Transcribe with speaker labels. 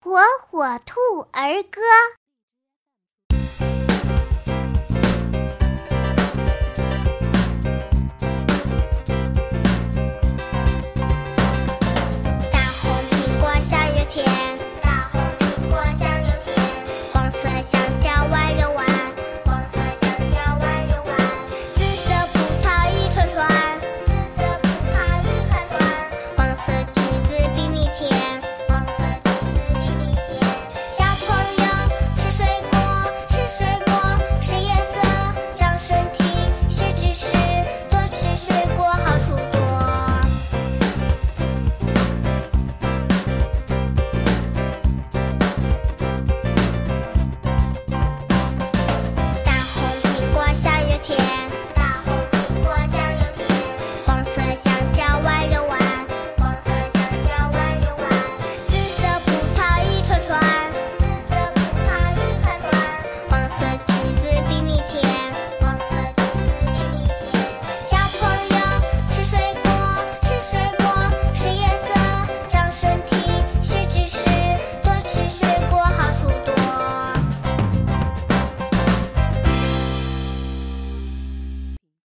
Speaker 1: 火火兔儿歌》。大红苹果，下雨天。